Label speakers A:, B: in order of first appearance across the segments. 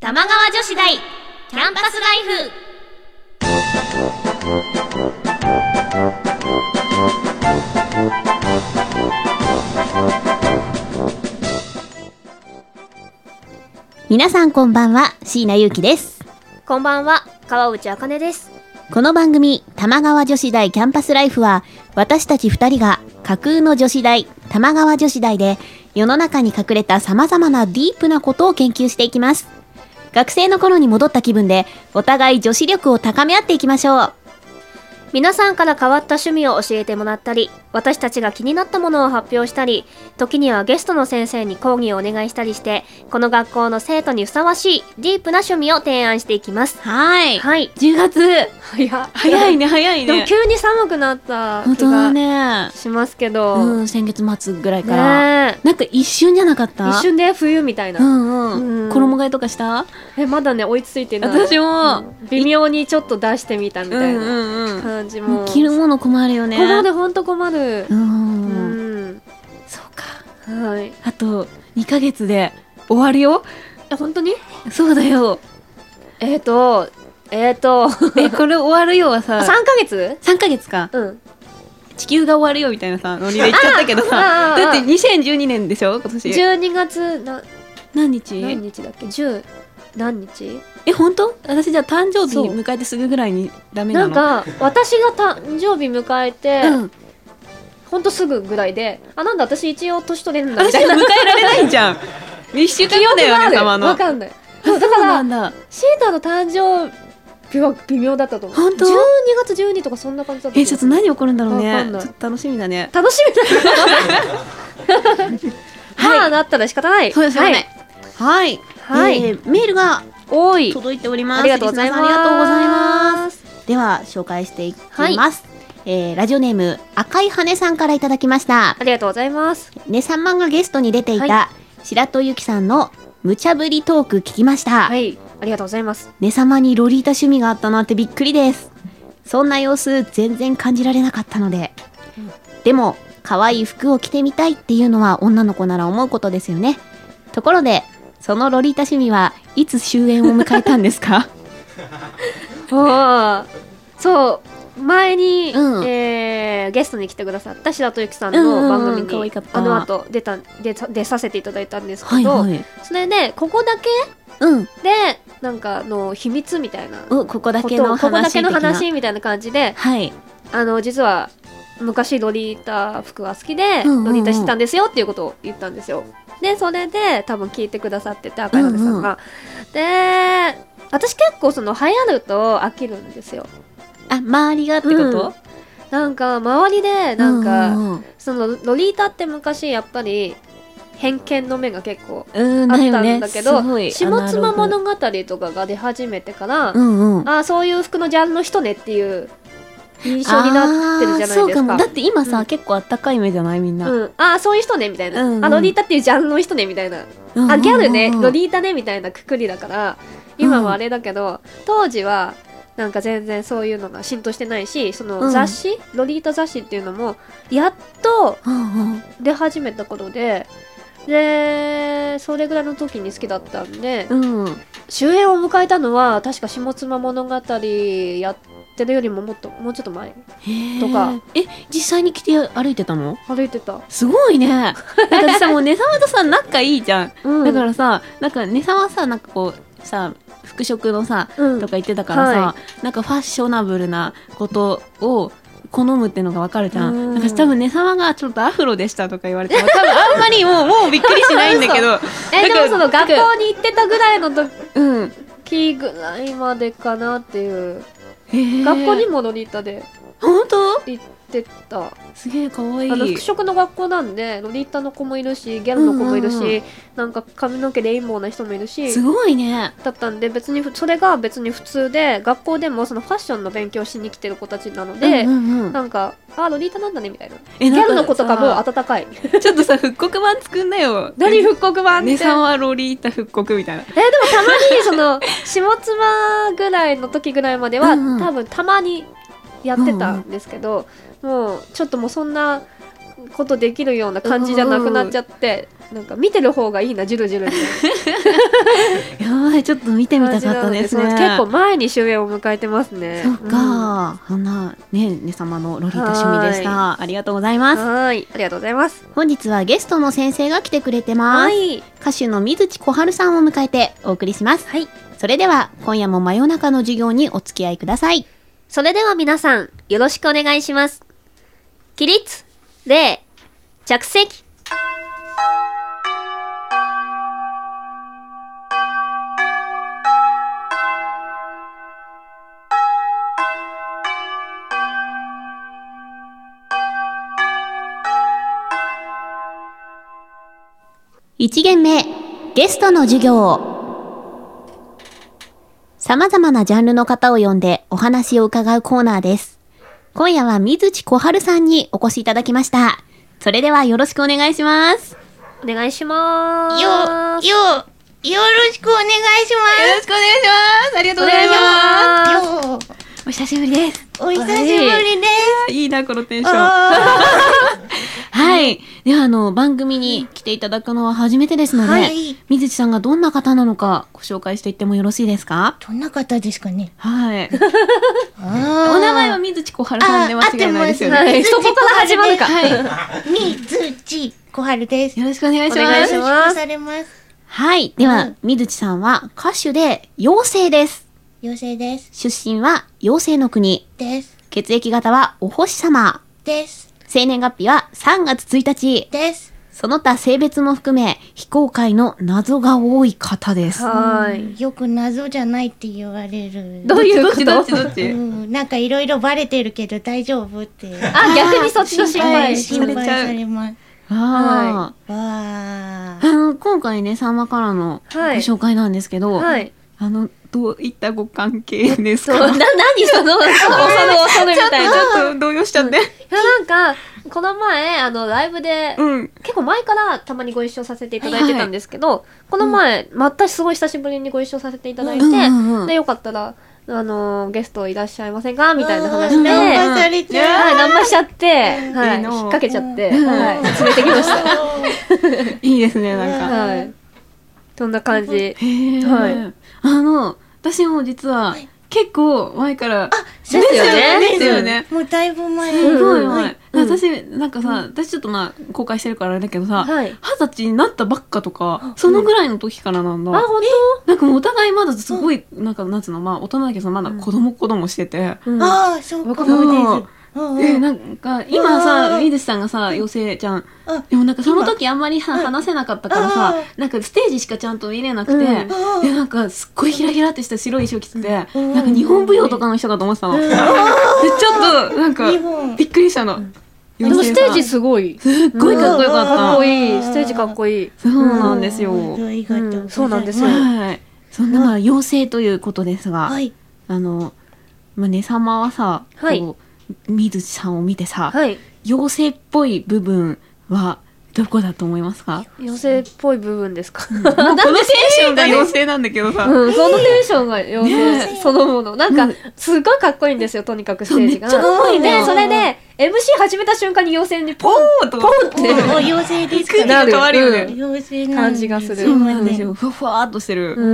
A: 玉川女子大キャンパスライフ
B: 皆さんこんばんは、椎名ゆうきです。
A: こんばんは川内あかねです
B: この番組、玉川女子大キャンパスライフは、私たち二人が架空の女子大、玉川女子大で、世の中に隠れた様々なディープなことを研究していきます。学生の頃に戻った気分で、お互い女子力を高め合っていきましょう。
A: 皆さんから変わった趣味を教えてもらったり私たちが気になったものを発表したり時にはゲストの先生に講義をお願いしたりしてこの学校の生徒にふさわしいディープな趣味を提案していきます
B: はい
A: はい
B: 10月、
A: 早
B: 早いね、早い
A: でも
B: ね。
A: 急に寒くなった
B: 本
A: 気
B: 当だ
A: が
B: ね。
A: しますけど、
B: うん、先月末ぐらいから。
A: ねえ
B: なんか一瞬じゃなかった
A: 一瞬で冬みたいな、
B: うんう
A: うん
B: ん。衣替えとかした
A: えまだね追いついてない
B: 私も。
A: 微妙にちょっと出してみたみ
B: う
A: たい
B: ん
A: な
B: うんうん。
A: 感じも
B: もう着るもの困るよね。
A: 困るほんと困る
B: う。
A: うんん、
B: そうか。
A: はい
B: あと2ヶ月で終わるよ。
A: え本当に
B: そうだよ。
A: えっ、ー、とえっ、ー、と3
B: え、これ終わるよはさ、
A: ヶ月
B: 3ヶ月か。
A: うん
B: 地球が終わるよみたいなさ、ノリで言っちゃったけど
A: ああ
B: さ。
A: あ
B: だって2012年でしょ今年。
A: 12月な
B: 何日
A: 何日だっけ10何日
B: え、本当私じゃあ誕生日迎えてすぐぐらいにダメ
A: な
B: なの
A: ん、か私が誕生日迎えて、
B: うん。
A: ほんとすぐぐらいであなんだ私一応年取れるんだみ
B: 私
A: たい
B: は迎
A: な
B: えられないじ ゃん。一週間後だよ、ね、様の。
A: わかんない
B: そう
A: だから
B: なんだ。
A: シータの誕生日は微妙だったと思う
B: 本当
A: 12月12とかそんな感じだった
B: え、ちょっと何起こるんだろう
A: わか
B: ね。
A: ん
B: ち
A: な
B: ょ
A: い
B: っと楽しみだね。
A: 楽しみだ な
B: はい
A: まあなったら仕方ない
B: そうですよ
A: はい
B: ね。はい。
A: はい
B: えーメールが
A: 多い
B: 届いております。
A: ありがとうございます
B: リスナーさんありがとうございます。では紹介していきます。えーラジオネーム赤い羽さんからいただきました。
A: ありがとうございます
B: ねさんまんがゲストに出ていた、
A: は
B: 白戸ゆきさんの無茶ぶりトーク聞きました。
A: はいありがとうございます
B: ねさまにロリータ趣味があったなんてびっくりです。そんな様子全然感じられなかったので。
A: うん
B: でも、可愛い服を着てみたいっていうのは女の子なら思うことですよね。ところで、そのロリータ趣味はいつ終焉を迎えたんですか
A: ああそう前に、
B: うん
A: えーゲストに来てくださった白戸由紀さん
B: うんうんう
A: の
B: ん
A: 番組に、
B: 可愛かった
A: あの後出た出た出させていただいたんです
B: は
A: け
B: い
A: ど、
B: はい。
A: それでここだけ
B: うん。
A: でなんかあの秘密みたいな
B: うんここだ
A: こ
B: け
A: と
B: の
A: を
B: 話
A: ここだけの
B: 的な
A: 話みたいな感じで
B: はい。
A: あの実は昔ロリータ服が好きで、
B: うんうんうん
A: ロリータしてたんですよっていうことを言ったんですよでそれで多分聞いてくださってて赤柳さんが、で私結構その流行ると飽きるんですよ
B: あ、周りがってこと、
A: なんか周りでなんか、
B: うんうん
A: そのロリータって昔やっぱり偏見の目が結構
B: うん、
A: あっ
B: だよ
A: たん
B: ね。
A: だけ
B: す
A: ど、
B: ごい
A: 下妻
B: アナロ
A: 物語とかが出始めてから、
B: グうんうん。
A: ああそういう服のジャンルの人ねっていう印象になってるじゃないですか
B: あーそうかも。だって今さ、
A: うん
B: 結構あったかい目じゃないみんな。
A: うん、ああそういう人ねみたいな、
B: うんうん
A: あロリータっていうジャンルの人ねみたいな、
B: うん
A: あギャルね、
B: うんうん
A: ロリータねみたいなくくりだから今はあれだけど、当時はなんか全然そういうのが浸透してないしそうの
B: ん
A: 雑誌、ロリータ雑誌っていうのもやっと
B: うんうん
A: 出始めた頃ででそれぐらいの時に好きだったんで、
B: うん。
A: 終焉を迎えたのは確か下妻物語やってるよりももっともうちょっと前とか
B: え実際に来て歩いてたの
A: 歩いてた、
B: すごいね なんか私さもうねさまとさ仲いいじゃん、
A: うん
B: だからさなんかねさまさなんかこうさ服飾のさ
A: うん
B: とか言ってたからさ、
A: は
B: なんかファッショナブルなことを好むっていうのがわかるじゃん、
A: うん
B: なんか多分ねさまがちょっとアフロでしたとか言われても多分あんまりもうもうびっくりしないんだけど
A: えで
B: だから
A: も その学校に行ってたぐらいの
B: うん
A: 時ぐらいまでかなっていう、
B: へー
A: 学校にもロリータで
B: 本当
A: 行ってたあ
B: すげえかわいい
A: の服飾の学校なんでロリータの子もいるしギャルの子もいるし、
B: うんうんうん
A: なんか髪の毛レインボーな人もいるし
B: すごいね
A: だったんで別にふそれが別に普通で学校でもそのファッションの勉強しに来てる子たちなので、
B: うんうんうん
A: なんかあロリータなんだねみたいな
B: え
A: ギ
B: なん
A: ャルの子とかも
B: さ
A: 温かい
B: ちょっとさ復刻版作んなよ
A: 何復刻版って、
B: 姉さんはロリータ復刻みたいな。
A: えでもたまにその下妻ぐらいの時ぐらいまでは、
B: うんうん
A: 多分たまにやってたんですけど、もうちょっともうそんなことできるような感じじゃなくなっちゃって、なんか見てる方がいいなジュルジュルみたい
B: やばい、ちょっと見てみ
A: な感
B: た
A: じ
B: かっ
A: な
B: た
A: の
B: で
A: です
B: ね。
A: そう結構前に終演を迎えてますね
B: そっか、あんなね、ね様のロリータ趣味でした。ありがとうござい
A: うん
B: ます。
A: はいありがとうございます
B: 本日はゲストの先生が来てくれてます。
A: い
B: 歌手の水木小春さんを迎えてお送りします。
A: はい
B: それでは、今夜も真夜中の授業にお付き合いください。
A: それでは皆さん、よろしくお願いします。起立、礼、着席。
B: 1限目、ゲストの授業。様々なジャンルの方を呼んでお話を伺うコーナーです。今夜は水木小春さんにお越しいただきました。それではよろしくお願いします。
A: お願いしま
C: よ、
A: す。
C: よ、よろしくお願いし
B: しくお願いします。ありがと
A: うございま
C: ますす。よ、
B: す。お久しぶりです。
C: お久しぶりです。
B: いいな、このテン
C: あ
B: はい。では、あの、番組に来ていただくのは初めてですので、
C: はい
B: 水木さんがどんな方なのかご紹介していってもよろしいですか
C: ーどんな方ですかね。
B: はい。
C: お
B: お
C: 名
B: 名前は水木小春さんで間違いないですよ
C: あ合っ
B: ね。
C: て
A: はい、そこから始まるか。
B: はい。よ
C: みずちこはるです。
B: ろしくお願いし
A: お
B: ま
A: 願い
B: す。
A: します
C: よろしくされます。
B: はい。では、
C: うん
B: 水木さんは歌手で妖精です。
C: 妖精です。
B: 出身は妖精の国。
C: です。
B: 血液型はお星様。
C: です。
B: 生年月日は3月1日。
C: です。
B: その他性別も含め、非公開の謎が多い方です。
A: はい。
C: よく謎じゃないって言われる。
A: どういうこと
B: どっちどっちどっ
C: う
B: ち
C: ん、なんかいろいろバレてるけど大丈夫って。
A: あ、逆にそっちの心配。
C: 心
B: され
C: 配
B: ちゃう
C: されます。
B: あーあ
C: わ
B: の今回ねさんまからのご
A: はい
B: 紹介なんですけど、
A: はい。
B: あのどういったご関係です
A: そう、な、
B: か
A: 何その、その、その、そのみたいな。い
B: ちょっと動揺しちゃって
A: や、なんか、この前、あの、ライブで、
B: うん
A: 結構前からたまにご一緒させていただいてたんですけど、この前、またすごい久しぶりにご一緒させていただいて、
B: うんうんうん
A: でよかったら、あのーゲストいらっしゃいませんかみたいな
C: う
A: 話
C: ん
A: で、
C: ナン
A: は
C: パされちゃ
A: い、
C: う。
A: ナンパしちゃって、はい
B: い
A: い、
B: の
A: 引っ掛けちゃって、
B: うん
A: はい、連れてきました。
B: いいですねなんか、
C: うん
A: はい。そんな感じ。
B: へえ、
A: はい
B: あの私も実は結構前から
A: すよね
B: ですよね
C: もうだいぶ前。
B: すごい
C: は
B: 前
A: う
C: い、
A: ん
B: 私なんかさ、私ちょっとまあ公開してるからあれだけどさ、
A: はい。
B: 二十歳になったばっかとか、そのぐらいの時からなんだ。
A: あ、本
B: なんかもうお互いまだすごい、なんか、なんつうの、まあ大人だけどさ、まだ子供子供してて。
A: 当、うん、
C: ああ、そうか。
A: 僕
B: も
C: うんうん
B: で、なんか、今
C: う
B: さ、
C: ん
B: ミズチさんがさ、妖精ちゃん
C: うん。
B: でもなんかその時あんまりさ、話せなかったからさ
C: うん、
B: なんかステージしかちゃんと見れなくて、
A: うん
B: で、
C: うん
B: なんかすっごいひらひらってした白い衣装着てて、
C: うん
B: なんか日本舞踊とかの人かと思ってたの。で、ちょっと、なんか
C: 日、本
B: びっくりしたの。
A: でもステージ
B: す
A: すごい。
B: っごいかっこよかった。
A: かっこいい。ステージかっこいい。
B: そうなんですよ。
C: うんありがとうございます
A: うんそうなんですよ
B: はい。そんな、まあ、妖精ということですが、
C: はい。
B: あの、まあ、ねさまはさ、
A: はい
B: こう、水木さんを見てさ、
A: はい。
B: 妖精っぽい部分はどこだと思いますか
A: 妖精っぽい部分ですか。
B: このテンションが妖精なんだけどさ、
A: うん、そのテンションが妖
B: ね
A: 精そのもの。なん
B: うん
A: か、すごいかっこいいんですよ、とにかくステージが。
B: そうめっちゃ可愛いね
A: で、それで、MC 始めた瞬間に妖精にポン
B: ポーとポー
C: おお妖精です
B: 空気
C: か
B: が
C: ら。
B: 変わるよね。
C: 妖精なん
A: 感じがする
B: そうなんです。
C: ま
B: よ。ふわふわっとしてる。
C: せん
A: う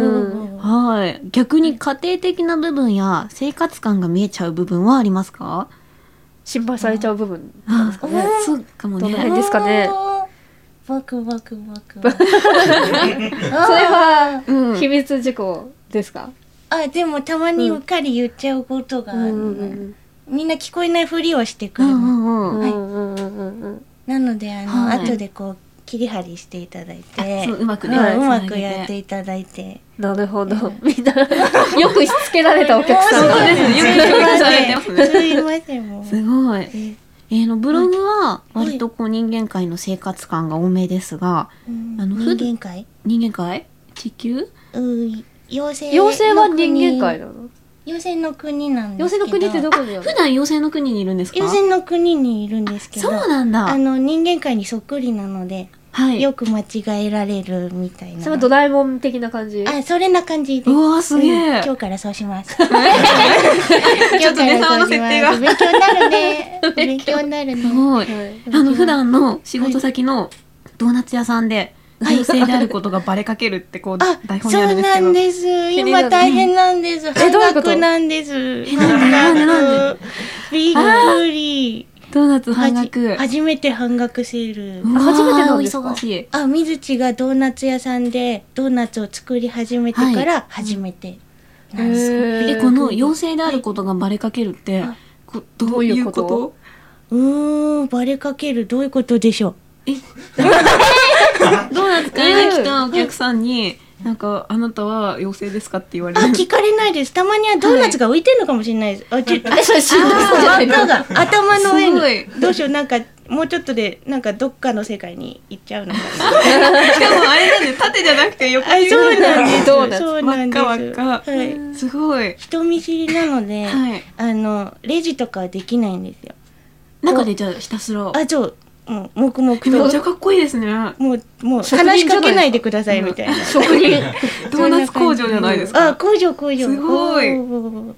A: ん。
B: はい。逆に家庭的な部分や生活感が見えちゃう部分はありますか
A: 心配されちゃう部分なんですかね。
B: そうかも
A: どの辺
B: ね。
A: ですかね。
C: バクバクバ ク。そ
A: それ
C: れ
A: は、
B: うん
A: 秘密事項ですか
C: あ、でもたまにうっかり言っちゃうことがあ
A: う
C: る
A: ん
C: の、
A: うん
C: みんな聞こえないふりをしてく
B: う
C: るの。
B: んうんうん。
A: う
C: はい
A: んうん
C: なのであの、
B: はい
C: 後でこう切り張りしていただいて
B: あそううまくね
C: はい
B: つ
C: う
B: な
C: ま
B: げて
C: くやっていただいて
A: なるほど。みんな、よくしつけられたお客さん
B: そう
A: が。
B: ですね
C: すいません
B: よくやってますね
C: すいませんもう
B: すごい。
C: え
B: えーのブログは割とこう人間界の生活感が多めですが、
C: うん
B: あのふ
C: 人間界
B: 人間界地球
C: うん妖精
A: 妖精は
C: の
A: 人
C: 国
A: 間界なの
C: 妖精の国なんです
A: 妖
C: け
A: 精の国ってど
C: ど
A: こにあ
B: 普
A: る
B: 段妖精の国にいるんですか
C: 妖精の国にいるんですけど
B: そうなんだ。
C: あ
B: は
C: の人間界にそっくりなので
B: はい
C: よく間違えられるみたいな。
A: それはドラえもん的な感じ
C: あ、それな感じです。
B: うわーすげえ
C: うん今日からそうし ます。今日からそうします。勉強になるね。勉強になる
B: す
C: ね。
B: ごい。
A: はい
B: あの、普段の仕事先のドーナツ屋さんで、女性であることがバレかけるって、こう、
C: あ
B: 台、本にあ
C: そ
B: る
C: う
B: です
C: んな
B: けど
C: ん。です。
A: になる
C: 今大変なんです。
A: えどういう
C: 半
A: こと
C: 額なんです。え
B: なんでなんで
C: びっくり。
B: ドーナツ半
C: は
B: 額
C: じ。初めて半額セール。
B: うわー
A: 初めてなんですか
B: お忙しい。
C: あ、水地がドーナツ屋さんでドーナツを作り始めてから初めてなんです。
A: へ
B: え、
A: ー
B: この妖精であることがバレかけるって
C: はい、
B: こうどういうこ
A: どういう
B: と
C: うーん、バレかけるどういうことでしょう。
B: ドーナツ買いに来たお客さんに、なんか、あなたは妖精ですかって言われ
C: あ、
B: る。
C: 聞かれないです。たまにはドーナツが浮いてんのかもしれないです。あ、ちょっと、
A: えそれしんどそうじゃ ないの
C: 輪っかが頭の上
B: すごい
C: に。どうしよう、なんか、もうちょっとで、なんか、どっかの世界に行っちゃうのかな。
B: しかもあれなんで縦じゃなくて横
C: あ、そうなんです。
A: ドーナツ
C: そう
B: 真
C: な
B: っ
C: んで
B: 赤
C: す。
B: 真っ赤、
C: はい。
B: すごい
C: 人見知りなので、
B: はい
C: あの、レジとかはできないんですよ。
B: 中でじゃあひたすら
C: あ、そう、もう、黙々
B: めっち
C: と。
B: ゃかっこいいですねド
C: もう、もう、
A: 職人じゃない
C: 話しかけないでください、みたいな。
A: 職人
B: ーナツ工場じゃないです
C: あ、
B: か
C: 工場、工場。
B: すごい
C: おー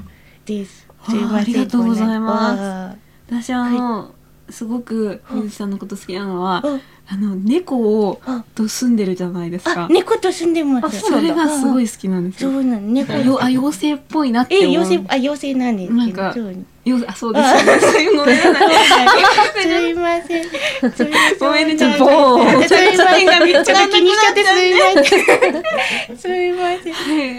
C: です。
B: あーありがとうございます
C: す
B: 私あの、すごく水木さんのこと好きなのは
C: こんな。あ
B: あの猫を
C: あ
B: と住んでるじゃないです
C: あ
B: か、
C: 猫と住んでます。
A: あそう
B: それがすご
C: い。
B: い好きなんです
C: そ
B: よ
C: うなの、猫。
B: よあ妖精っぽいなっ
C: え、
B: て思う
C: 妖精、あ、妖精なんです
B: な
C: け
B: んか
C: ど。そう
B: よあそうですよねごめんなさい
C: すいません。すいません。
B: ごめんねちょっと
A: ボーン
C: すいません。
B: めっちゃ
C: 気にしちゃってすいません。すいません。
B: は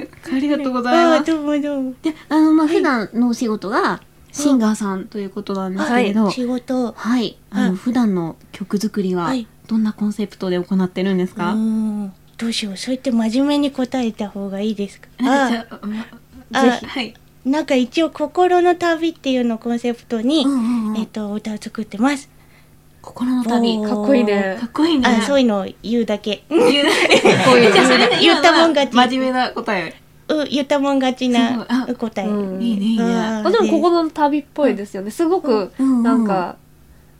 B: いありがとうございます
C: あどうもどうも。
B: で、あの、まあ、普段のお仕事がシンガーさんということなんですけれど、はい、
C: 仕事。
B: あの、
C: はい
B: 普段の曲作りは
C: はい、
B: どんなコンセプトで行ってるんです
C: う
B: か、
C: ーん。どうしよう。そう言って真面目に答えた方がいいですか。
B: なん かじ
C: あ
B: ゃあま
C: あ
B: ぜひ、はい。
C: なんか一応心の旅っていうのをコンセプトに
B: うん、うんう
C: えっ
B: ん。
C: と、歌を作ってます。
B: 心の旅。
C: お
B: か
C: ー
A: かっこいいね
B: っこいいね。
C: あ、そういうのを言うだけ。
B: 言う。かっ
A: こいい
B: じゃあ、それで
C: 言ったもん勝ち
B: 今のは真面目な答え。
C: う言ったもん勝ち
B: そう
C: な
B: あ
C: 答え。
A: うん
B: いいね、いいね。
C: あ
A: あでもここの旅っぽいですよねすごく
B: うんうん
A: なんか、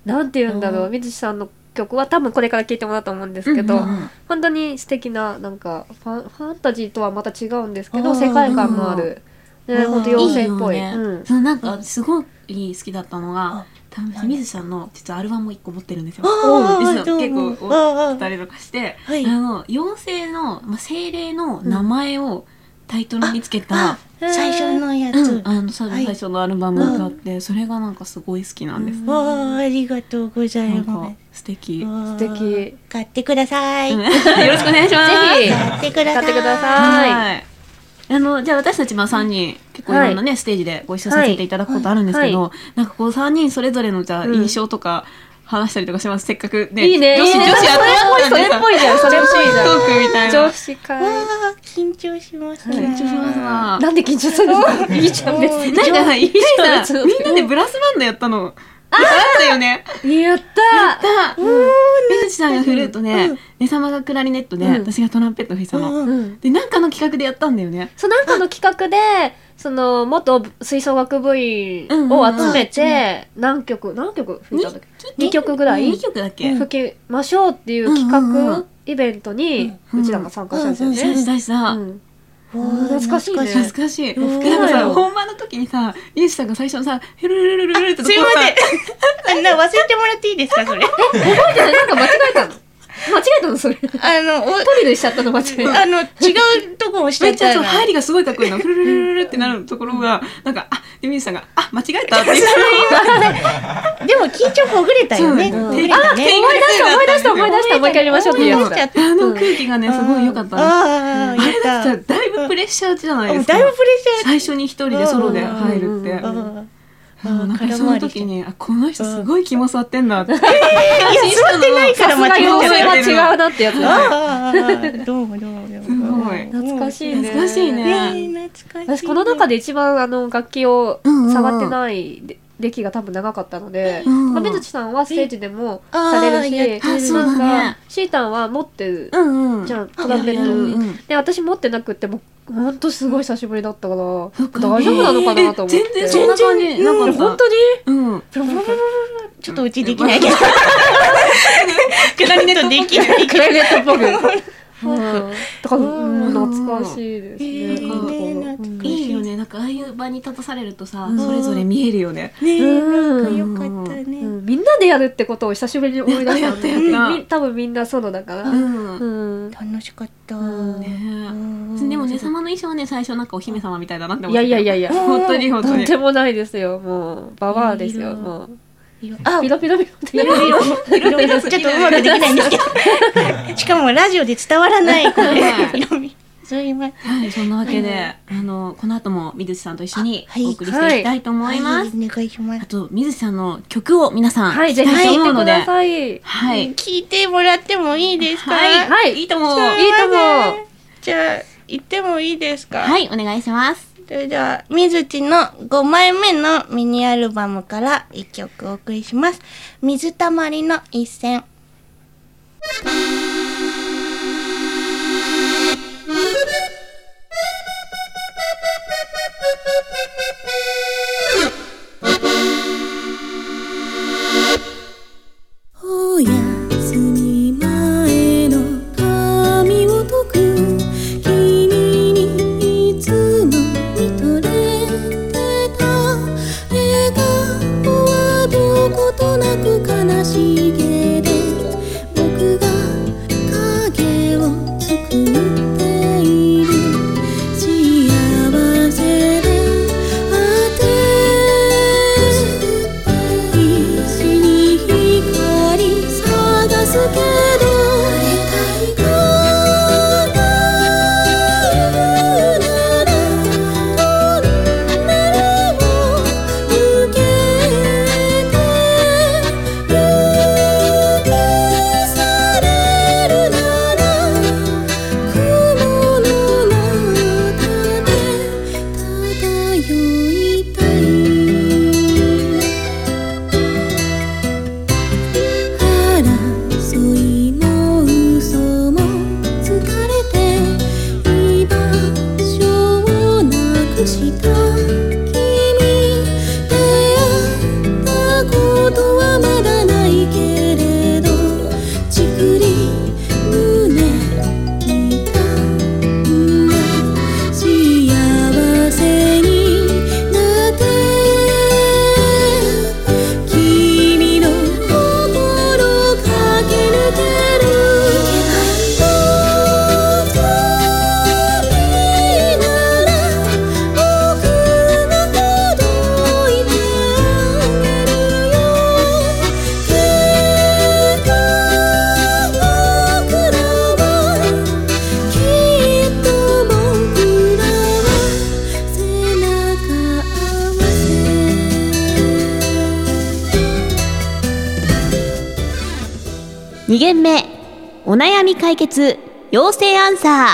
A: なんて言うんだろう、
C: うん
A: 水木さんの曲は多分これから聴いてもらうと思うんですけど、
B: うんうんうん
A: 本当に素敵ななんかファンファンタジーとはまた違うんですけ
C: う
A: ど
C: ん
A: 世界観のある、
C: ん
A: ね、本当妖精っぽい
B: いよね
A: うん
B: そのなんか、すごい好きだったのが、多分、
C: 何
B: 水さんの、実はアルバムを一個持ってるんですよ。
C: あ
B: 実
C: あ、
B: は
C: どう
B: 結
C: も。
B: 構お
C: あ
B: ったりとかして、
C: はい
B: あの妖精の、まあ、精霊の名前をタイトルにつけた、
C: あ、最初のや
B: うん
C: つ。
B: あのさ
C: はい
B: 最初のアルバムがあって、それがなんかすごい好きなんです、
C: わあ、ありがとうござい
B: なん
C: ま
B: か
C: す。
B: 素敵、うん
C: 素
A: 素敵。
C: 買ってください。
B: よろ
C: 買
B: しくお願いします
A: ぜひ
C: ってくださ
A: 買
C: い。
A: ってくださはい
B: はいあのじゃあ私たちまあ3人結構いろんなね、ステージでご一緒させていただくことあるんですけど、なんかこう3人それぞれのじゃあ
A: うん
B: 印象とか話したりとかします、せっかくね
A: いいね
B: 女
A: い
B: 子
A: いね
B: 女子集まったん
A: それ
B: で
A: っ
B: さ
A: ぽいじゃんそれっぽいじゃん
B: 女子トークみたいな
A: 女子会
C: わあ、緊張しますね。
B: 緊張しますわ
A: なんで緊張する のいいじゃん別に
B: なんかさ、一回
A: ちょ
B: さ、
A: っと
B: みんなでブラスバンドやったの。あったよね。
A: やった
B: だ、水木さんがフルートで
C: うん、
B: ねさまがクラリネットで、
A: うん
B: 私がトランペット吹いたの。
C: う
A: うんん
B: で、なんかの企画でやったんだよね。
A: そうなんかの企画でその元吹奏楽部員を集めて何曲何曲吹いたんだっけ二曲ぐらい
B: 2曲だっけ
A: 吹きましょうっていう企
B: うんうんう
A: 画
B: ん
A: イベントに
B: うん
A: うちらも参加したんですよ
B: そう
A: ね。
B: したした
A: う。ん
C: わあ
A: 懐かしいね
C: 懐
B: 懐かしい。で、
C: うん
B: なんかさ、
A: うん
B: 本番の時にさ、ゆうしさんが最初のさ、ヘルルルルルルって
C: すいま
B: こうさ
C: せん。あんな忘れてもらっていいですか、それ。
A: 覚えてないなんか間違えたの間違えたのそれ。ト
C: あの、お
A: リルしちゃったの間違え た。
C: あの、違うとこ押し
B: め
C: て
B: っちゃ
C: た
B: そう
C: ら。
B: 入りがすごいかっこいいの。フルルルルルってなるところが、なんか、あ、で、みゆさんが、あ、間違えたって言ったの。
C: でも緊張ほぐれたよね。
B: そう
C: ほぐれたね。
A: 思い出した思い出した思い出したもう一回やりましょうっていうやつだ。
B: あの空気がね、すごい良かったの。
C: ああ、
B: あれだ
C: や
B: っら
C: ったた。
B: だいぶプレッシャーじゃないですか。
C: だいぶプレッシャー
B: 最初に一人でソロで入るって。
A: うんうんうん
B: も
C: あ
B: うなんかその時に、あ、この人すごい気も座ってんなって。
C: いや、座ってないから間違え
A: 妖
C: てない。
A: 精が違うなってやつだ。
C: ああ、どうもどうもどうも。
A: 懐かしいね。
B: 懐かしいね
C: ねえ懐かしい。
A: 私この中で一番あの楽器を触ってないで歴が多分長かったので、
B: うん
A: まあ、水木さんはステージでも
D: あ
A: さ
D: ー
A: れる
D: やっ
A: して
D: る
B: そうだ
A: なん
B: ね
A: かシータンは持ってる
B: うんうん
A: じゃんトランペット、
B: うんうん
A: で私持ってなくってもうほんとすごい久しぶりだったから
B: かね
A: 大丈夫なのかなと思って
B: え全然そんな感じなかった
A: 本当に
B: うん
A: プロポーズ
E: ちょっとうちできないけど。クラリネットできない。
A: クライネットっぽく
B: うん
A: だから、
B: うん
A: うん懐かしいですね、
D: えー
A: なんか
D: ね懐かし
B: いいよねなんかああいう場に立たされるとさ、
A: うん
B: それぞれ見えるよね
D: ね
A: うん
D: よかった
A: う
D: ね。
A: んみんなでやるってことを久しぶりに思い出したんで、
B: やったやった
A: み多分みんなソロだから、
B: ん、
A: うん
D: 楽しかった。
A: うん
B: ね
D: うん
B: でもね様の衣装はね最初なんかお姫様みたいだなって
A: い
B: 思っ
A: や
B: て
A: いやいやいや
B: 本当に本
A: と
B: 当
A: ん
B: に
A: でもないですよもうババアです
D: い
A: よ
D: ろいろ
A: もう
D: あ
A: ピロピロピロって言う
D: いろいろちょっとうまくできないんですけど。しかもラジオで伝わらない。これ
B: はい
D: 色味そういうま。
B: はいそんなわけで、あのこの後も水木さんと一緒に
D: あはい
B: お送りしていきたいと思いま
D: は
B: す、
D: いお願いします
B: あ。と水木さんの曲を皆さん
A: はい
B: 聞
A: ぜ
B: き
A: ひ
B: たいと
A: 聞い
B: 思
A: て
B: うの
A: く
B: で
A: ださいい
B: は
D: うん
B: い
D: 聞いてもらってもいいですか。
B: はい、
A: はい
B: いいと思う
D: はい
A: いとも
D: じゃあ行ってもいいですか。
B: はいお願いします
D: それでは、みずちの5枚目のミニアルバムから1曲お送りします。水たまりの一戦。
C: おやすみ前の髪を解く君にいつも見とれてた笑顔はどことなく悲しげで僕が影を作っている幸せであて必死に光探すけど「叶うならトンネルを抜けて」「許されるなら雲の中で漂いたい」争いも嘘も疲れて居場所をなくした君出会ったことはまだないけれどじくり胸に痛んだ幸せになって「君の心駆け抜ける」「僕になら僕が届いてあげるよ」「きっと僕らはきっと僕らは背中合わせ」
B: 2限目お悩み解決妖精アンサ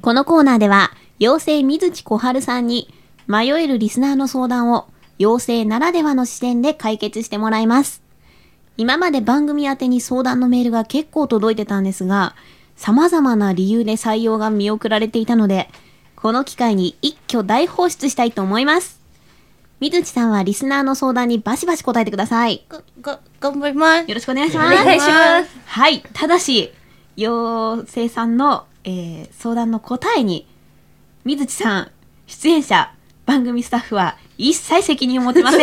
B: ーこのコーナーでは妖精水木小春さんに迷えるリスナーの相談を妖精ならではの視点で解決してもらいます今まで番組宛てに相談のメールが結構届いてたんですが様々な理由で採用が見送られていたのでこの機会に一挙大放出したいと思います水木さんはリスナーの相談にバシバシ答えてください
D: ご、ご、頑張ります。
B: よろしくお願いし
A: お
B: ます。
A: 願いします
B: はい。ただし、妖精さんの、えー相談の答えに、水木さん、出演者、番組スタッフは一切責任を持てませ ん。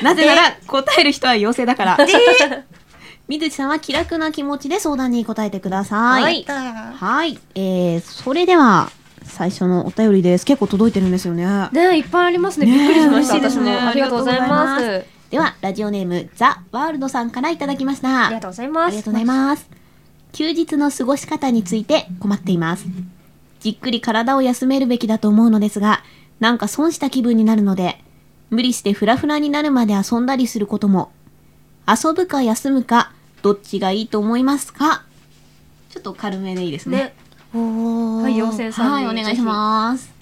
B: なぜなら、答える人は妖精だから。 水木さんは気楽な気持ちで相談に答えてください。
A: は
B: はいい。
D: だ
B: えー、それでは、最初のお便りです。結構届いてるんですよね。
A: ねいっぱいありますねびっくりしました、
B: ねえ
A: 私もありがとうございます
B: ありがとうございでは、ラジオネーム、ザ・ワールドさんからいただきました。
A: ありがとうございます
B: ありがとうございます。休日の過ごし方について困っています。じっくり体を休めるべきだと思うのですが、なんか損した気分になるので、無理してフラフラになるまで遊んだりすることも、遊ぶか休むか、どっちがいいと思いますかちょっと軽めでいいですね。
A: ね
D: おー。
A: はい妖精さん
B: はい、お
A: に
B: 願いします。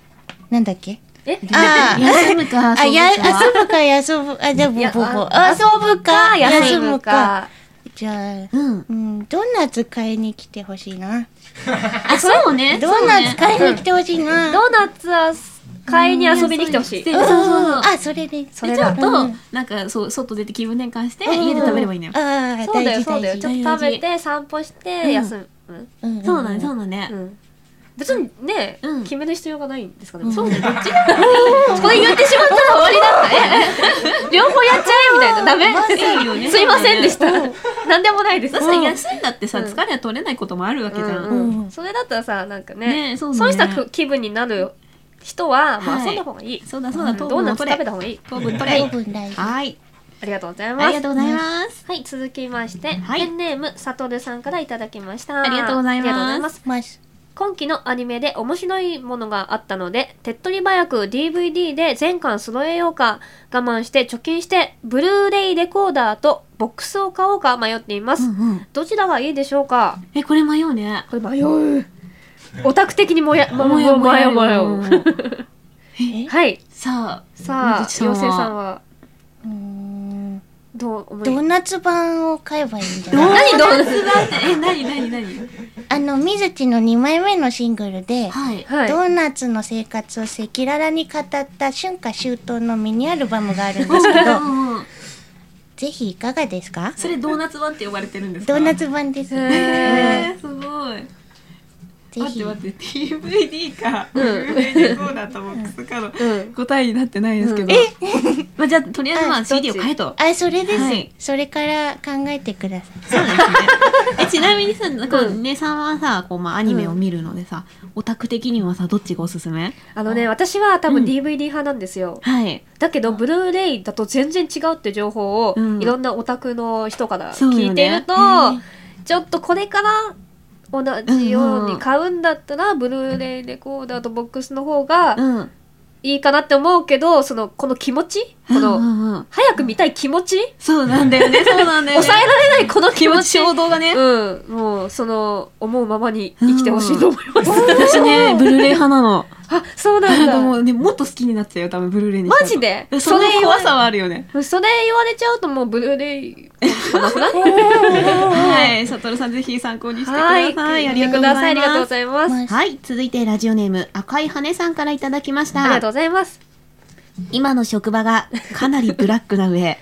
D: なんだっけ
A: え
C: あー
F: 休むか、
C: あ、や、
F: そうか
C: 遊ぶか、休ぶ。あ、じゃあ、ぼぼぼ。
A: あ
C: 遊ぶか
A: 休む。か。
C: じゃあ、
F: うん。
C: うん、ドーナツ買いに来てほしいな。
F: あ、そうね。
C: ドーナツ買いに来てほしいな。
A: ドーナツは買いに遊びに来てほしい。
B: そうそうそう。
C: あ、それで。
A: そ
B: で
A: れ
B: ちょっ
A: だ。
B: と、
C: うん
B: なんかそう外出て気分転換して、
C: うん
B: 家で食べればいいのよ。
C: ああ、
A: そうだよ、
C: 大事
A: そうだよ。
C: 大
A: ち
C: 事
A: ょ。っと食べて、散歩して、休む。
C: うん
B: そうだね、そううだね
A: う。ん。別にね
B: うん、
A: 決める必要がないんですかね。
B: そうだね、 どっち
A: これ言ってしまったら終わりだった。え え、両方やっちゃえみたいな。ダ
B: いいよ
A: メ
B: ね
A: すいませんでした。なんでもないです。
B: だって
A: うん
B: 休んだってさ、
A: うん
B: 疲れは取れないこともあるわけじゃん。
A: うんうんそれだったらさ、なんかね、
B: ねそ
A: そうう
B: だね
A: した気分になる人は、ま
B: は
A: あ
B: い
A: 遊んだ方がいい。
B: そうだそうだ、
A: ド
B: 糖
A: ー
B: 分
A: ナ
B: を
A: ツ
B: 取
A: 食べ
B: れ。
A: た方がいい。
B: 糖分取
C: だよ。
B: れ。
C: 糖分大事。
B: はい。
A: ありがとうござい
B: あ
A: ま
B: り
A: す
B: が。とうございます。
A: はい、続きまして、
B: はい
A: ペンネームさとるさんからいただきました。
B: ありがとうございます
A: ありがとうございます。
C: ます。
A: 今期のアニメで面白いものがあったので、手っ取り早く DVD で全巻揃えようか、我慢して貯金して、ブルーレイレコーダーとボックスを買おうか迷っています。
B: うんうん。
A: どちらがいいでしょうか
B: え、これ迷うね。
A: これ迷う。 オタク的にもや、も
B: 迷う
A: も 迷う
B: 迷
A: 迷
B: う
A: う。はい。
B: さあ、
A: さあ、
B: 水木
A: 妖精さんは
C: うーん。
A: どう思い
C: ドー
A: ます
C: ナツ版を買えばいいんじゃない
A: 何どう
B: え、なになになに
C: あの、みずちの2枚目のシングルで、
B: はい。
A: はい。
C: ドーナツの生活を赤裸々に語った春夏秋冬のミニアルバムがあるんですけど
B: う、んうん。
C: ぜひいかがですか
B: それドーナツ版って呼ばれてるんです
C: ド
B: か
C: ーナツ版です。ぜ
B: えー、すごい。待っ
C: ひ。
B: て待って、DVD か、ブ
A: ん
B: ルーレイレコーダーとボックスかの
A: うん
B: 答えになってないですけど。まあじゃあ、とりあえずまあ CD を買えと。
C: あ、それです、
B: はい
C: それから考えてください。
B: そうですね。 え、ちなみにさ、なんか、姉さんはさ、こう、まあ、アニメを見るのでさ、オタク的にはさ、どっちがおすすめ
A: あのね、私は多
B: う
A: 分
B: ん
A: DVD 派なんですよ。
B: はい。
A: だけど、ブルーレイだと全然違うって情報を、
B: うん
A: いろんなオタクの人から
B: そうよね
A: 聞いていると、
C: うん
A: ちょっとこれから同じように買うんだったら、ブルーレイレコーダーとボックスの方が
B: うん。
A: いいかなって思うけど、その、この気持ちこ
B: う
A: の、
B: んうんうん
A: 早く見たい気持ち
B: そうなんだよ ね、そうなんだよね。
A: 抑えられないこの気
B: 気
A: 持
B: 持
A: ち
B: ち。衝動がね。
A: うん、もう、その、思うままに生きてほしいと思います。
B: 私ね、ブルーレイ派なの。
A: あ、そうな
B: なんかも
A: んだ。
B: うね、もっと好きになっちゃうよ、多分ブルーレイにしたら。
A: マジで
B: その
A: それ
B: 怖さはあるよね。
A: それ言われちゃうともうブルーレイかな くない
B: はい、サトルさんぜひ参考にしてください。
A: はい、
B: あ
A: あ
B: り
A: り
B: が
A: が
B: とう
A: とう
B: ご
A: ご
B: ざ
A: ざ
B: い
A: い
B: ま。
A: ますす。ありがとうございます。
F: はい、続いてラジオネーム、赤い羽さんからいただきまし
A: ありが
F: た
A: とう。ございます。
F: 今の職場がかなりブラックな上、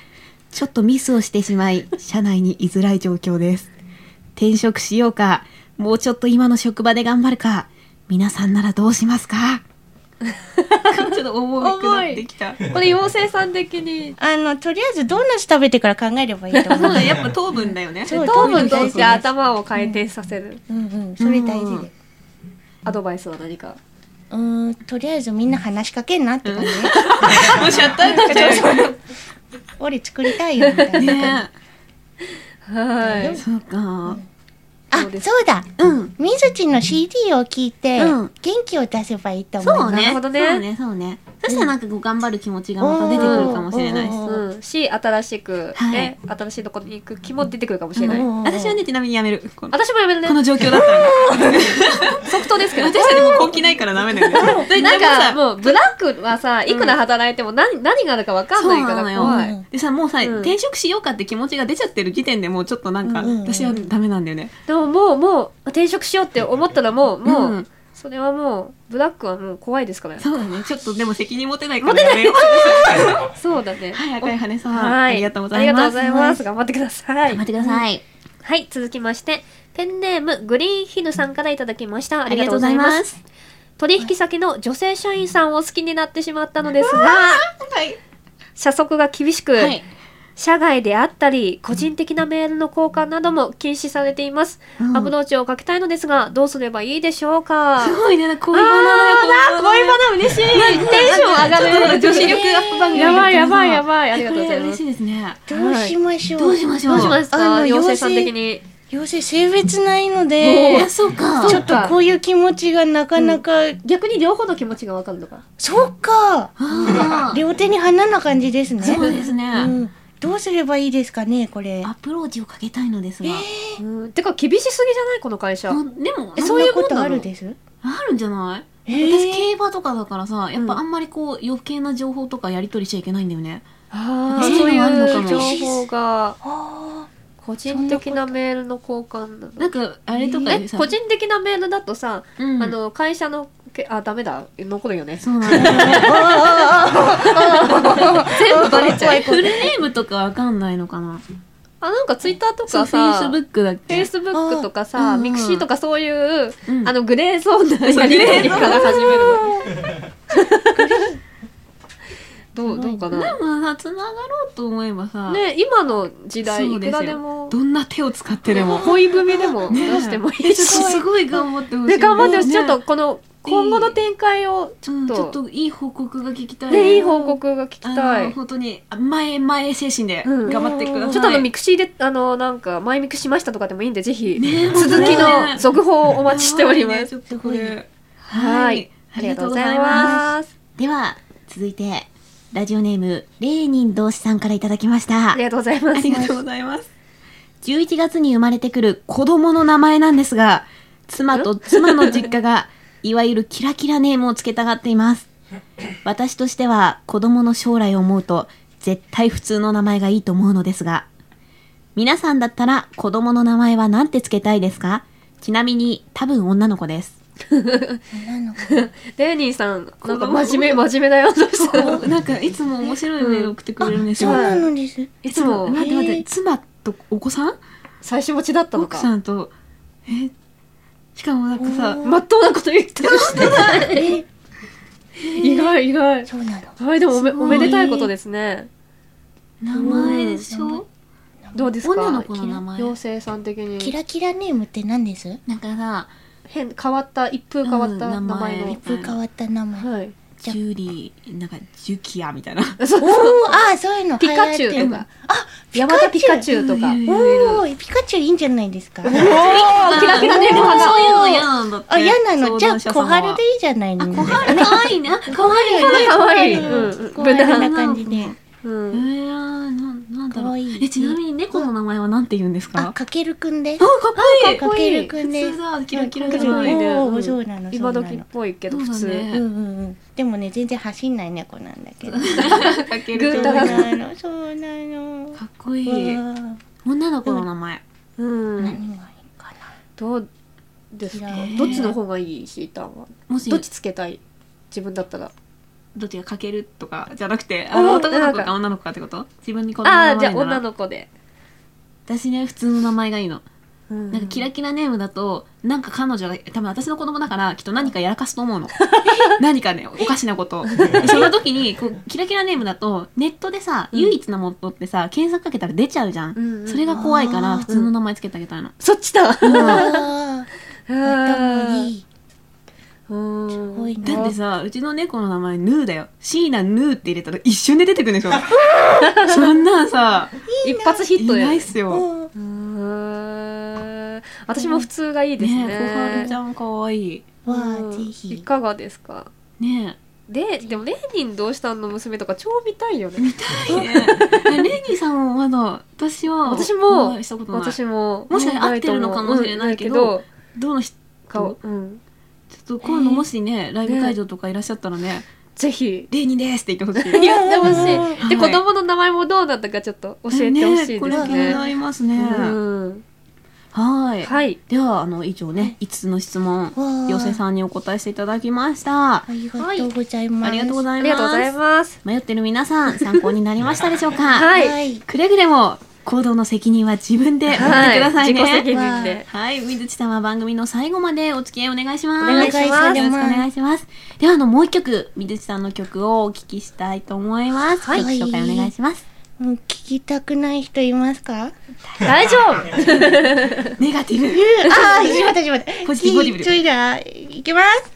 F: ちょっとミスをしてしまい、社内に居づらい状況です。転職しようか、もうちょっと今の職場で頑張るか、皆さんならどうしますか
B: ちょっと重くなってきた。
A: これ妖精さん的に
C: あの、とりあえずドーナツ食べてから考えればいいと
B: そ
C: 思
B: う
C: う。
B: だ、やっぱ糖分だよね。
C: そう
A: 糖分と
C: 糖分
A: して頭を回転させる
C: うんうん、それ大事で。
A: アドバイスは何か。
C: うーん、とりあえずみんな話しかけんなって感じ。
B: もうシャッターかけちゃうよ
C: 俺作りたいよみたいな感
B: ね。
A: はい。
B: そうか。
C: じ。
A: そうで
C: あ、
A: す
C: そうだ。
B: うん。
C: みずちの CD を聞いて、
B: うん
C: 元気を出せばいいと思い
B: そ
C: ま
B: う
C: す。
B: ね。
A: なるほどね
B: そうね、そうね。そしたらなんかこう頑張る気持ちがまた出てくるかもしれないし。
C: うん
A: うん。し、新しく
B: はい
A: ね、新しいとこに行く気も出てくるかもしれない。
C: うん
B: 私はね、ちなみにやめる。この
A: 私もやめるね
B: こ。の状況だったらね。
A: 即答ですけど。
B: 私たちもう根気ないからダメだよね。で
A: なん
B: で
A: か
B: もさ
A: もうブラックはさ、いくら働いても何何があるかわかん
B: そう
A: ない
B: な
A: か
B: の
A: ら
B: よ
A: 怖
C: う
A: い。
C: ん
B: でさもうさ、
A: うん
B: 転職しようかって気持ちが出ちゃってる時点でもうちょっとなんか、
C: うん
B: 私はダメなんだよね、
A: でももうもう転職しようって思ったらもうも
B: う
A: うんそれはもうブラックはもう怖いですから。
B: そうだねちょっとでも責任持てないからやめ よう
A: そうだね。
B: はい赤い羽さん、
A: はい。
B: ありがとうございます
A: ありがとうございます。頑張ってください。
F: 待ってください。
A: はい、続きまして、ペンネームグリーンヒルさんからいただきました。あ
F: あ
A: り
F: りが
A: が
F: と
A: と
F: う
A: う
F: ご
A: ご
F: ざ
A: ざ
F: い
A: い
F: ま
A: ます。
F: す。
A: 取引先の女性社員さんを好きになってしまったのですが、
B: はい
A: 社則が厳しく、
B: はい
A: 社外であったり、個人的なメールの交換なども禁止されています。アプローチをかけたいのですが、どうすればいいでしょうか
B: すごいね恋バ
A: あ
B: ナ
A: ーな恋バナ嬉しいテンション上がる
B: 女子力アップ番組
A: やばいやばいや
B: い
A: ばいありがとうござい
B: 嬉
A: ます
B: しいですね
C: どうしましょう。
B: どうしましょう
A: どうします
C: あの
A: か妖精さん
C: 妖精
A: 的に
C: 妖精性別ないので、
B: あそうか
C: ちょっとこういう気持ちがなかなか、
A: 逆に両方の気持ちがわかるのか
C: そうか。
B: あー
C: 両手に花な感じですね。
B: そうですね、
C: うん。どうすればいいですかね、これ。
B: アプローチをかけたいのですが、
A: うんてか厳しすぎじゃないこの会社
B: あでも
A: え
C: んな
A: そういうもんなの
C: あるです。
B: あるんじゃない私競馬とかだからさやっぱあんまりこう余計な情報とかやり取りしちゃいけないんだよね、
A: あー
B: そういう
A: そうい
B: のあるのか
A: う
B: も
A: 情報が
C: あ
A: 個人的なメールの交換なの
B: なんかあれとか
A: え
B: でさ、
A: 個人的なメールだとさ、
B: うん
A: あの会社のけあダメだ残るよね
B: そうなんだ よね
A: 全部バレちゃう
B: フルネームとかわかんないのかな
A: あなんかツイッターと
B: そう
A: か
B: フェイス
A: さ
B: ブックだっ
A: フェ
B: け
A: イスブックとか
B: あ
A: さ、
B: うんうん
A: ミクシーとかそういう、
B: うん
A: あのグレーゾーンなやり取りから始めるの。どうどうか
B: で
A: な。
B: もさつながろうと思えばさ、
A: ね今の時代
B: そう
A: い
B: ですよ
A: くらでも
B: どんな手を使ってで も
A: 恋文でも出してもいいし。
B: すごい頑張ってほしい
A: ね頑張ってほしいちょっと
B: ね
A: この今後の展開をち
B: う
A: ょ
B: ん
A: っ
B: ちょっ
A: と
B: といい報告が聞きたい
A: ねいい報告が聞き
B: あ
A: た
B: の
A: い。
B: 本当にあ前前精神で
A: うん
B: 頑張ってください、
A: ちょっとあのミクシーであのなんか前ミクしましたとかでもいいんでぜひ
B: ね
A: 続きの
B: ね
A: 続報をお待ちしておりま
B: やばいね
A: す。
B: ちょっとこれ
A: はいあ
B: あ
A: り
B: り
A: が
B: がと
A: とう
B: う
A: ご
B: ご
A: ざ
B: ざ
A: い
B: います
A: ます。
G: では、続いて、ラジオネーム、レーニン同士さんからいただきました。
A: ありがとうございます。
B: あり がとうございます
G: 11月に生まれてくる子供の名前なんですが、妻と妻の実家が、いわゆるキラキラネームをつけたがっています。私としては、子供の将来を思うと、絶対普通の名前がいいと思うのですが、皆さんだったら、子供の名前は何てつけたいですかちなみに、多分女の子です。
A: レーニーさん、なんか真面目、真面目だよ、そしたら。
B: なんかいつも面白いメール送ってくれるんですよ、
A: うんあ
C: そうなので す。
A: い
B: い
A: つ
B: つも、
A: も
B: 待って待っ
C: へ
B: て、
C: ー
B: 妻とお子さん
A: 最初持ちだったの
B: 奥
A: か。
B: さんと、え、しかもなんかさ、
A: まっとうなこと言ってるして。意外、意外。
C: そうなの。
A: はい、でもおめ、
B: すご
A: お
B: い
A: めでたいことですね。
B: 名前でしょ
A: どうですか
B: 女の子の名前
A: 妖精さん的に。
C: キラキラネームって何です？
B: なんかさ、
A: 変、変わった、一風変わった名
B: うん名前
A: 前の。
C: 風変わった名前。
A: はい。
B: ジュリー、なんかジュキアみたいな。
A: そう
C: おお、ああそういうの
A: ピカチュウとか。
C: あ、
A: 山田ピカチュウとか。
B: いるいる
C: おお、ピカチュウいいんじゃないです か。
A: おーキラキラネーム
B: うん
A: 派
B: そういうの嫌なんだって。
C: あ、嫌なの。じゃ
B: 相
C: あ
B: 談者
C: 小
B: 様は
C: 春でいいじゃない の。
B: あ、小春、可愛いな。可愛い
A: だ。
B: ね。
A: かわいい。
C: う
A: うんん。
C: 小
A: 無
C: 春な
A: 難。
C: 感じ
A: う
C: で。
B: え
A: ん。
B: ー、なん、なんだ
C: 可
B: ろう
C: 愛い。
B: え、ちなみに猫の名前はなんて言うんです
C: あ、
B: か
C: かけるくんです。
B: あ、かっこいい
C: かけるくんで
B: 普通だ、キラキラじゃ
A: 可
B: な
A: 愛い
B: い。
A: ね
C: お
A: うん
C: お、そうなの。
A: 今
C: そうな
A: 時っ
C: の
A: ぽいけど、普
B: そうだ
A: 通。
B: ね
C: うんうんうん。でもね、全然走んない猫なんだけど。
B: かけ
A: ぐ
B: る
A: ー
B: く
C: そ
B: ん
C: う
A: た
B: か
A: ら
C: なの、そうなの。
B: っこいい。
C: わあ
B: 女の子の名前。
A: うん。
C: 何がいいかな。
A: どうですか
C: キラキラ
A: どっちの方がいいシータンは。
B: もし
A: どっちつけたい自分だったら。
B: どっちがかけるとかじゃなくて、
A: う
B: あ
A: ん
B: の男の子
A: なんか
B: か女の子かってこと自分に子供
A: あ
B: が
A: あ、
B: 生ま
A: じ
B: れ
A: ゃ
B: る
A: あ
B: なら
A: 女の子で。
B: 私ね、普通の名前がいいの。
A: な
B: なんかキラキラネームだと、なんか彼女が、多分私の子供だから、きっと何かやらかすと思う の。何かね、おかしなこと。その時に、こう、キラキラネームだと、ネットでさ、
A: うん
B: 唯一のものってさ、検索かけたら出ちゃうじゃん。
A: うんうん
B: それが怖いか
C: あ
B: ら、
C: ー
B: 普通の名前つけてあげたいの。
A: そっちだ。
C: ああ、頭いい。
A: うん
C: すごいね
B: だってさ、うちの猫の名前、ヌーだよ。シーナヌーって入れたら一瞬で出てくるんで しょ。そんなんさ、
A: 一発ヒ
B: い
A: ットや
B: ないっ。すよ。
C: うん
A: うん私も普通がいいです
B: ねえ、小
A: ね
B: 春ち。ゃん可愛い。
C: わ
A: う
C: あ、
A: ん
C: ぜ
A: い
C: ひ。
A: かがですか
B: ね
A: で、でも、レーニン同士さんの娘とか超見たいよね。
B: え。ねえレニーさんはまだ、私は、
A: 私も
B: お会いしたことない。
A: 私も。
B: もしかしたら合ってるのかもしれないけど
A: うん、
B: どの人、
A: 顔、うん。
B: ちょっと今度もしね、ライブ会場とかいらっしゃったらね、
A: ぜひ、
B: レイニーですって言ってほしい。
A: 言ってほしい。で、
B: はい
A: 子供の名前もどうなったかちょっと教えてほしい
B: こ
A: で
B: れ
A: す
B: 気に
A: ね。
B: なりますね。
A: うん
B: はい。
A: はい。
B: では、あの、以上ね、5つの質問、
C: わあ
B: 妖精さんにお答えしていただきました。あ
C: ありがとうございます。
B: りがとうご
A: あ
B: ざい
A: りがとう
B: ま
A: ござい
B: す。
A: ます。
G: 迷ってる皆さ ん、参考になりましたでしょうか
A: はい。
C: はい。
G: くれぐれも、行動の責任は自分で持ってく
A: はい
G: ださいね。
A: 自己責任で。
G: はい、水地さんは番組の最後までお付き合いお願いし
A: お
G: ます。
A: 願いします
G: よろしくお願いします。では、あの、もう一曲、水地さんの曲をお聞きしたいと思います。
A: はい
G: 曲紹介お願いします。
C: もう聞きたくない人いますか？
A: 大丈夫
G: ネガティブ。
C: ああ、しまったしまった。
G: ポジティブポジティブ
C: ちょいだ、いきます。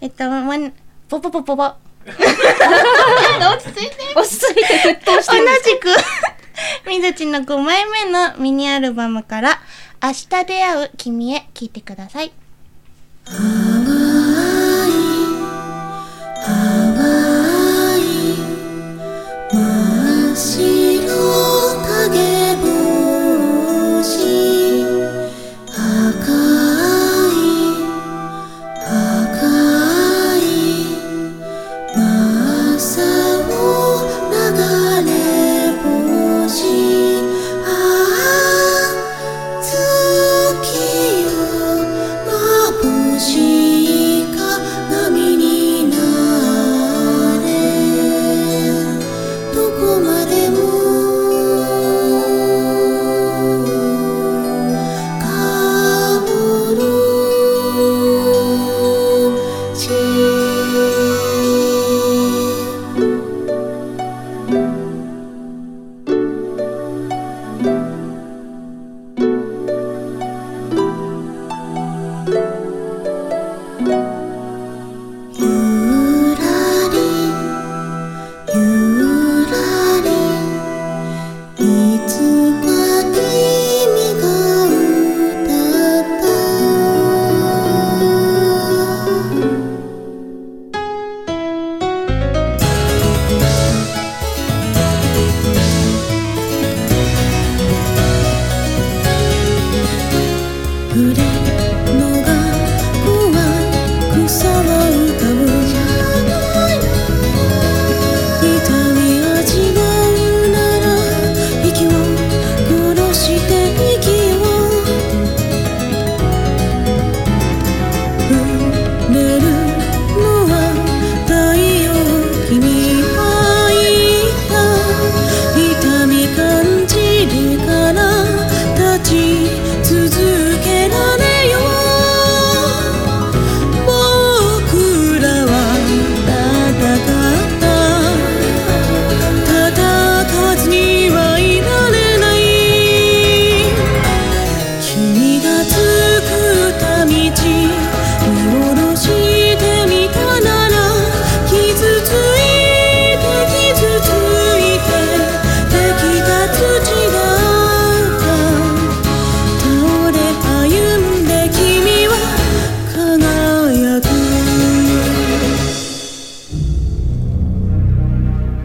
C: えっと、まん、ぽぽぽぽぽ。落ち着いて。
A: 落ち着いて沸騰して
C: 同
A: る。
C: じく、みずちの5枚目のミニアルバムから、明日出会う君へ聞いてください。
H: 淡い真っ白影帽子赤い赤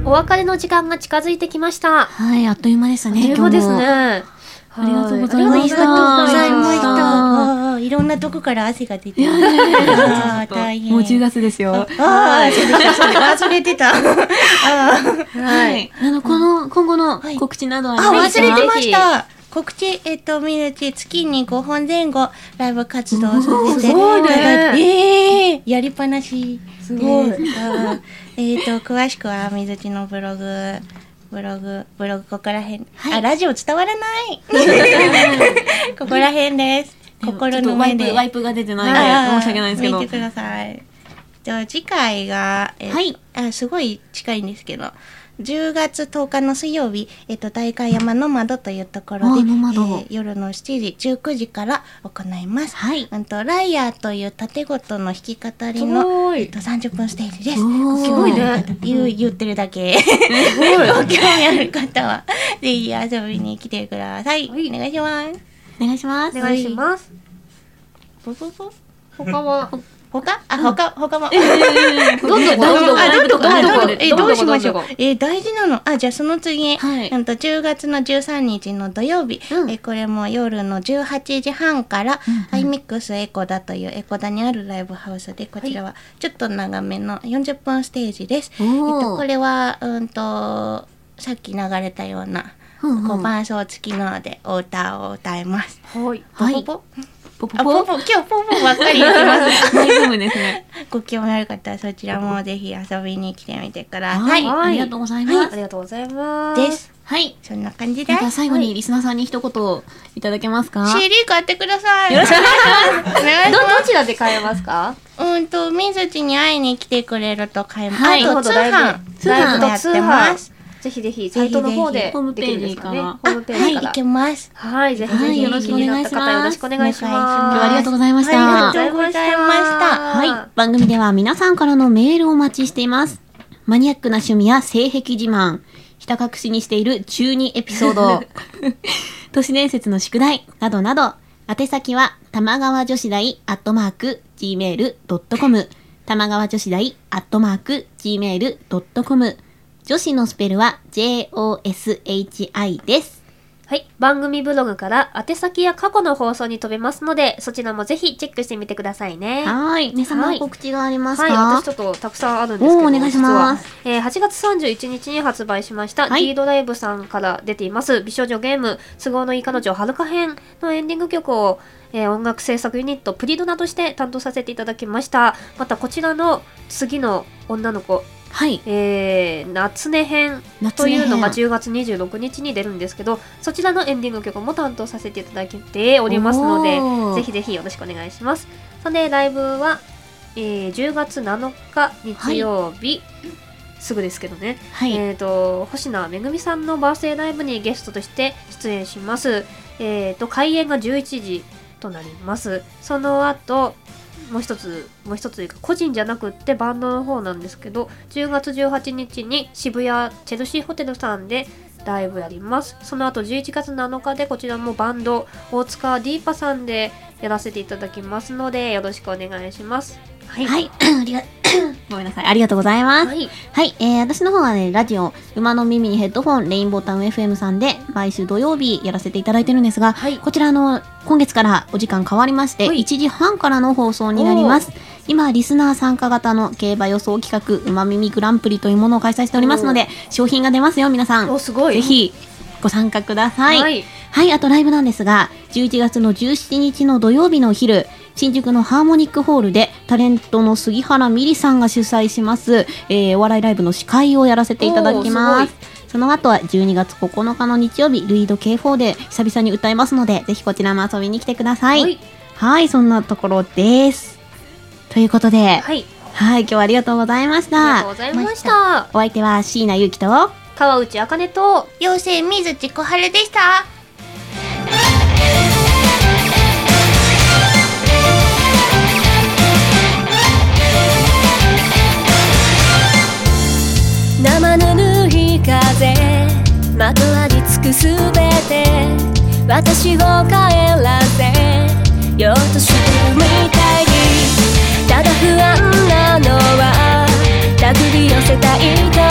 A: 別れの時間が近づいてきました。
B: はい、あっという間でしたね。
A: 英語です
B: 今日も。
A: ね。
I: ありがとうござい
C: あ
I: ま
C: り
I: し
C: が
I: た
C: とうござ
B: ありがとうござい
C: いまし
B: ました
C: た。あーいろんなとこから汗が出てる。ああ、大変。
I: もう10。月ですよ。
C: ああ、そうでしたそうでした忘れてた。あー
I: はい。
B: あの、この、今後の
C: はい
B: 告知などは
C: あ、
B: あります
C: 忘
B: か
C: れてました。告知、えっと、みるち、月に5本前後、ライブ活動をさせていただいて、ええやりっぱなしです。すごい。えっと、詳しくは、みずちのブログ、ブログ、ブログ、ここら辺、あ、ラジオ伝わらない。ここら辺です。心
I: ちょっと
C: の
I: ワ
C: 前
I: イ
C: で
I: プ、。ワイプが出てない
C: あ
I: の
C: ー
I: で、申し訳ないんですけど
C: 見。てください。じゃあ次回が、え
B: はい
C: あ、すごい近いんですけど、10月10日の水曜日、えっと、大会山の窓というところで、
B: あの窓
C: えー夜の7時、19時から行います。
B: はい。
C: うんと、ライアーという盾ごとの弾き語り
A: す
C: の、
A: ご
C: えっ
A: い。
C: と、30分ステージです。
B: おー
A: すごいね。
C: 言う言ってるだけ。ご 興味ある方は、ぜひ遊びに来てください。お願いします。
B: お願いします。
A: お願いします。
C: ポポポ
A: 他は、
C: 他あ、他、他
A: ど
C: も。
A: んどこ、どんどこ、
C: あ、どんどこ、
A: ど
C: あ
A: んど
C: どん
A: こ
C: どこ
A: で、
C: え、
A: どんど
C: どう
A: こ
C: しましょ
A: ど
C: うん
A: どこ。
C: え、大事なの。あ、じゃあその次。
I: はい
C: うんと、10月の13日の土曜日。
A: うん
C: え、これも夜の18時半から、ハイミックスエコダというエコダにあるライブハウスで、こちらはちょっと長めの40分ステージです。えっと、これは、うんと、さっき流れたような、こう伴奏付きのでお歌を歌います。
A: はい。
B: はい
C: ポポ
I: ポ
C: ポ
I: ポ
C: あ、
I: ポ。
C: ポポ、今日ポポばっかり言ってます。
I: 大ブームですね。
C: ご興味ある方はそちらもぜひ遊びに来てみてくださ。
B: はいい。
A: はい
B: ありがとうございま
A: あ
B: す。
A: りがとうございます。
C: です。
B: はい。
C: そんな感じで
B: ま。た最後にリスナーさんに一言いただけますか
C: CD 買ってください。よろしくお願いし
A: ど、
C: ます。
A: どちらで買えますか
C: うんと、みずちに会いに来てくれると買います。
B: はい
C: あと通販。
A: 通販
C: も
A: と
C: やっ
A: 通
C: てます。
A: 販。ぜひぜひ、サイトの方で
B: ホームペ
A: できるん
B: ー
A: で
B: ジ
A: す
B: か
A: かね。
B: ら
A: ホームページか
C: はい、
A: ら
C: 行。けます。
A: はい、ぜひぜ
B: はい
A: ひ、
B: よろしくお願いします
A: 気になった方よろしくお願いします。
C: お
B: 今日はありがとうございまし
C: あり
B: た
C: が。とうございました
B: はい。番組では皆さんからのメールをお待ちしています。マニアックな趣味や性癖自慢、ひた隠しにしている中二エピソー ド、都市伝説の宿題などなど、宛先は玉川女子大アットマーク gmail.com 玉川女子大アットマーク gmail.com 女子のスペルは joshi です。
A: はい。番組ブログから宛先や過去の放送に飛べますので、そちらもぜひチェックしてみてくださいね。
B: はーい。皆様
A: はい
B: 告知がありますか、
A: はい、私ちょっとたくさんあるんですけど、
B: おーお願いします
A: 実は。えー8月31日に発売しました、
B: はい
A: D ドライブさんから出ています、美少女ゲーム、都合のいい彼女はるか編のエンディング曲を、えー音楽制作ユニット、プリドナとして担当させていただきました。また、こちらの次の女の子、
B: はい。
A: えー、夏音編
B: 夏
A: と
B: 音
A: い
B: 編
A: うのが10月26日に出るんですけど、そちらのエンディング曲も担当させていただいておりますの
B: おー
A: で、ぜひぜひよろしくお願いします。そんで、ライブは、えー10月7日日曜日、すぐですけどね、
B: はい。
A: えー、と星名めぐみさんのバースデーライブにゲストとして出演します。えー、と開演が11時となります。その後もう一つもう一つというか個人じゃなくってバンドの方なんですけど10月18日に渋谷チェルシーホテルさんでライブやりますその後11月7日でこちらもバンド大塚ディーパさんでやらせていただきますのでよろしくお願いしますはい
B: はい、 ありが、ごめんなさい、ありがとうございます。
A: は
B: はい、
A: い
B: えー、私の方はね、ラジオ、馬の耳にヘッドフォン、レインボータウン FM さんで、毎週土曜日やらせていただいてるんですが、
A: はい
B: こちらあの、今月からお時間変わりまして、
A: はい
B: 1時半からの放送になります。今、リスナー参加型の競馬予想企画、馬耳グランプリというものを開催しておりますので、商品が出ますよ、皆さん。
A: おすごい
B: ぜひ、ご参加ください。
A: は
B: はいい。あとライブなんですが、11月の17日の土曜日のお昼、新宿のハーモニックホールで、タレントの杉原美里さんが主催します、えーお笑いライブの司会をやらせていただき
A: おー
B: ますす。その後は12月9日の日曜日、ルイド K4 で久々に歌いますので、ぜひこちらも遊びに来てください。
A: は
B: はいい、そんなところです。ということで、はい、
A: はい
B: 今日はありがとうございまし
A: ありが
B: た。
A: とうございました
B: お相手は椎名ゆうきと、
A: 川内茜と
C: 妖精みずちこはるでした。
H: 生ぬるい風まとわりつくすべて私を帰らせようとしてるみたいにただ不安なのは手繰り寄せた糸が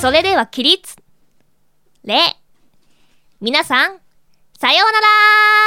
B: それでは起立。礼。皆さん、さようなら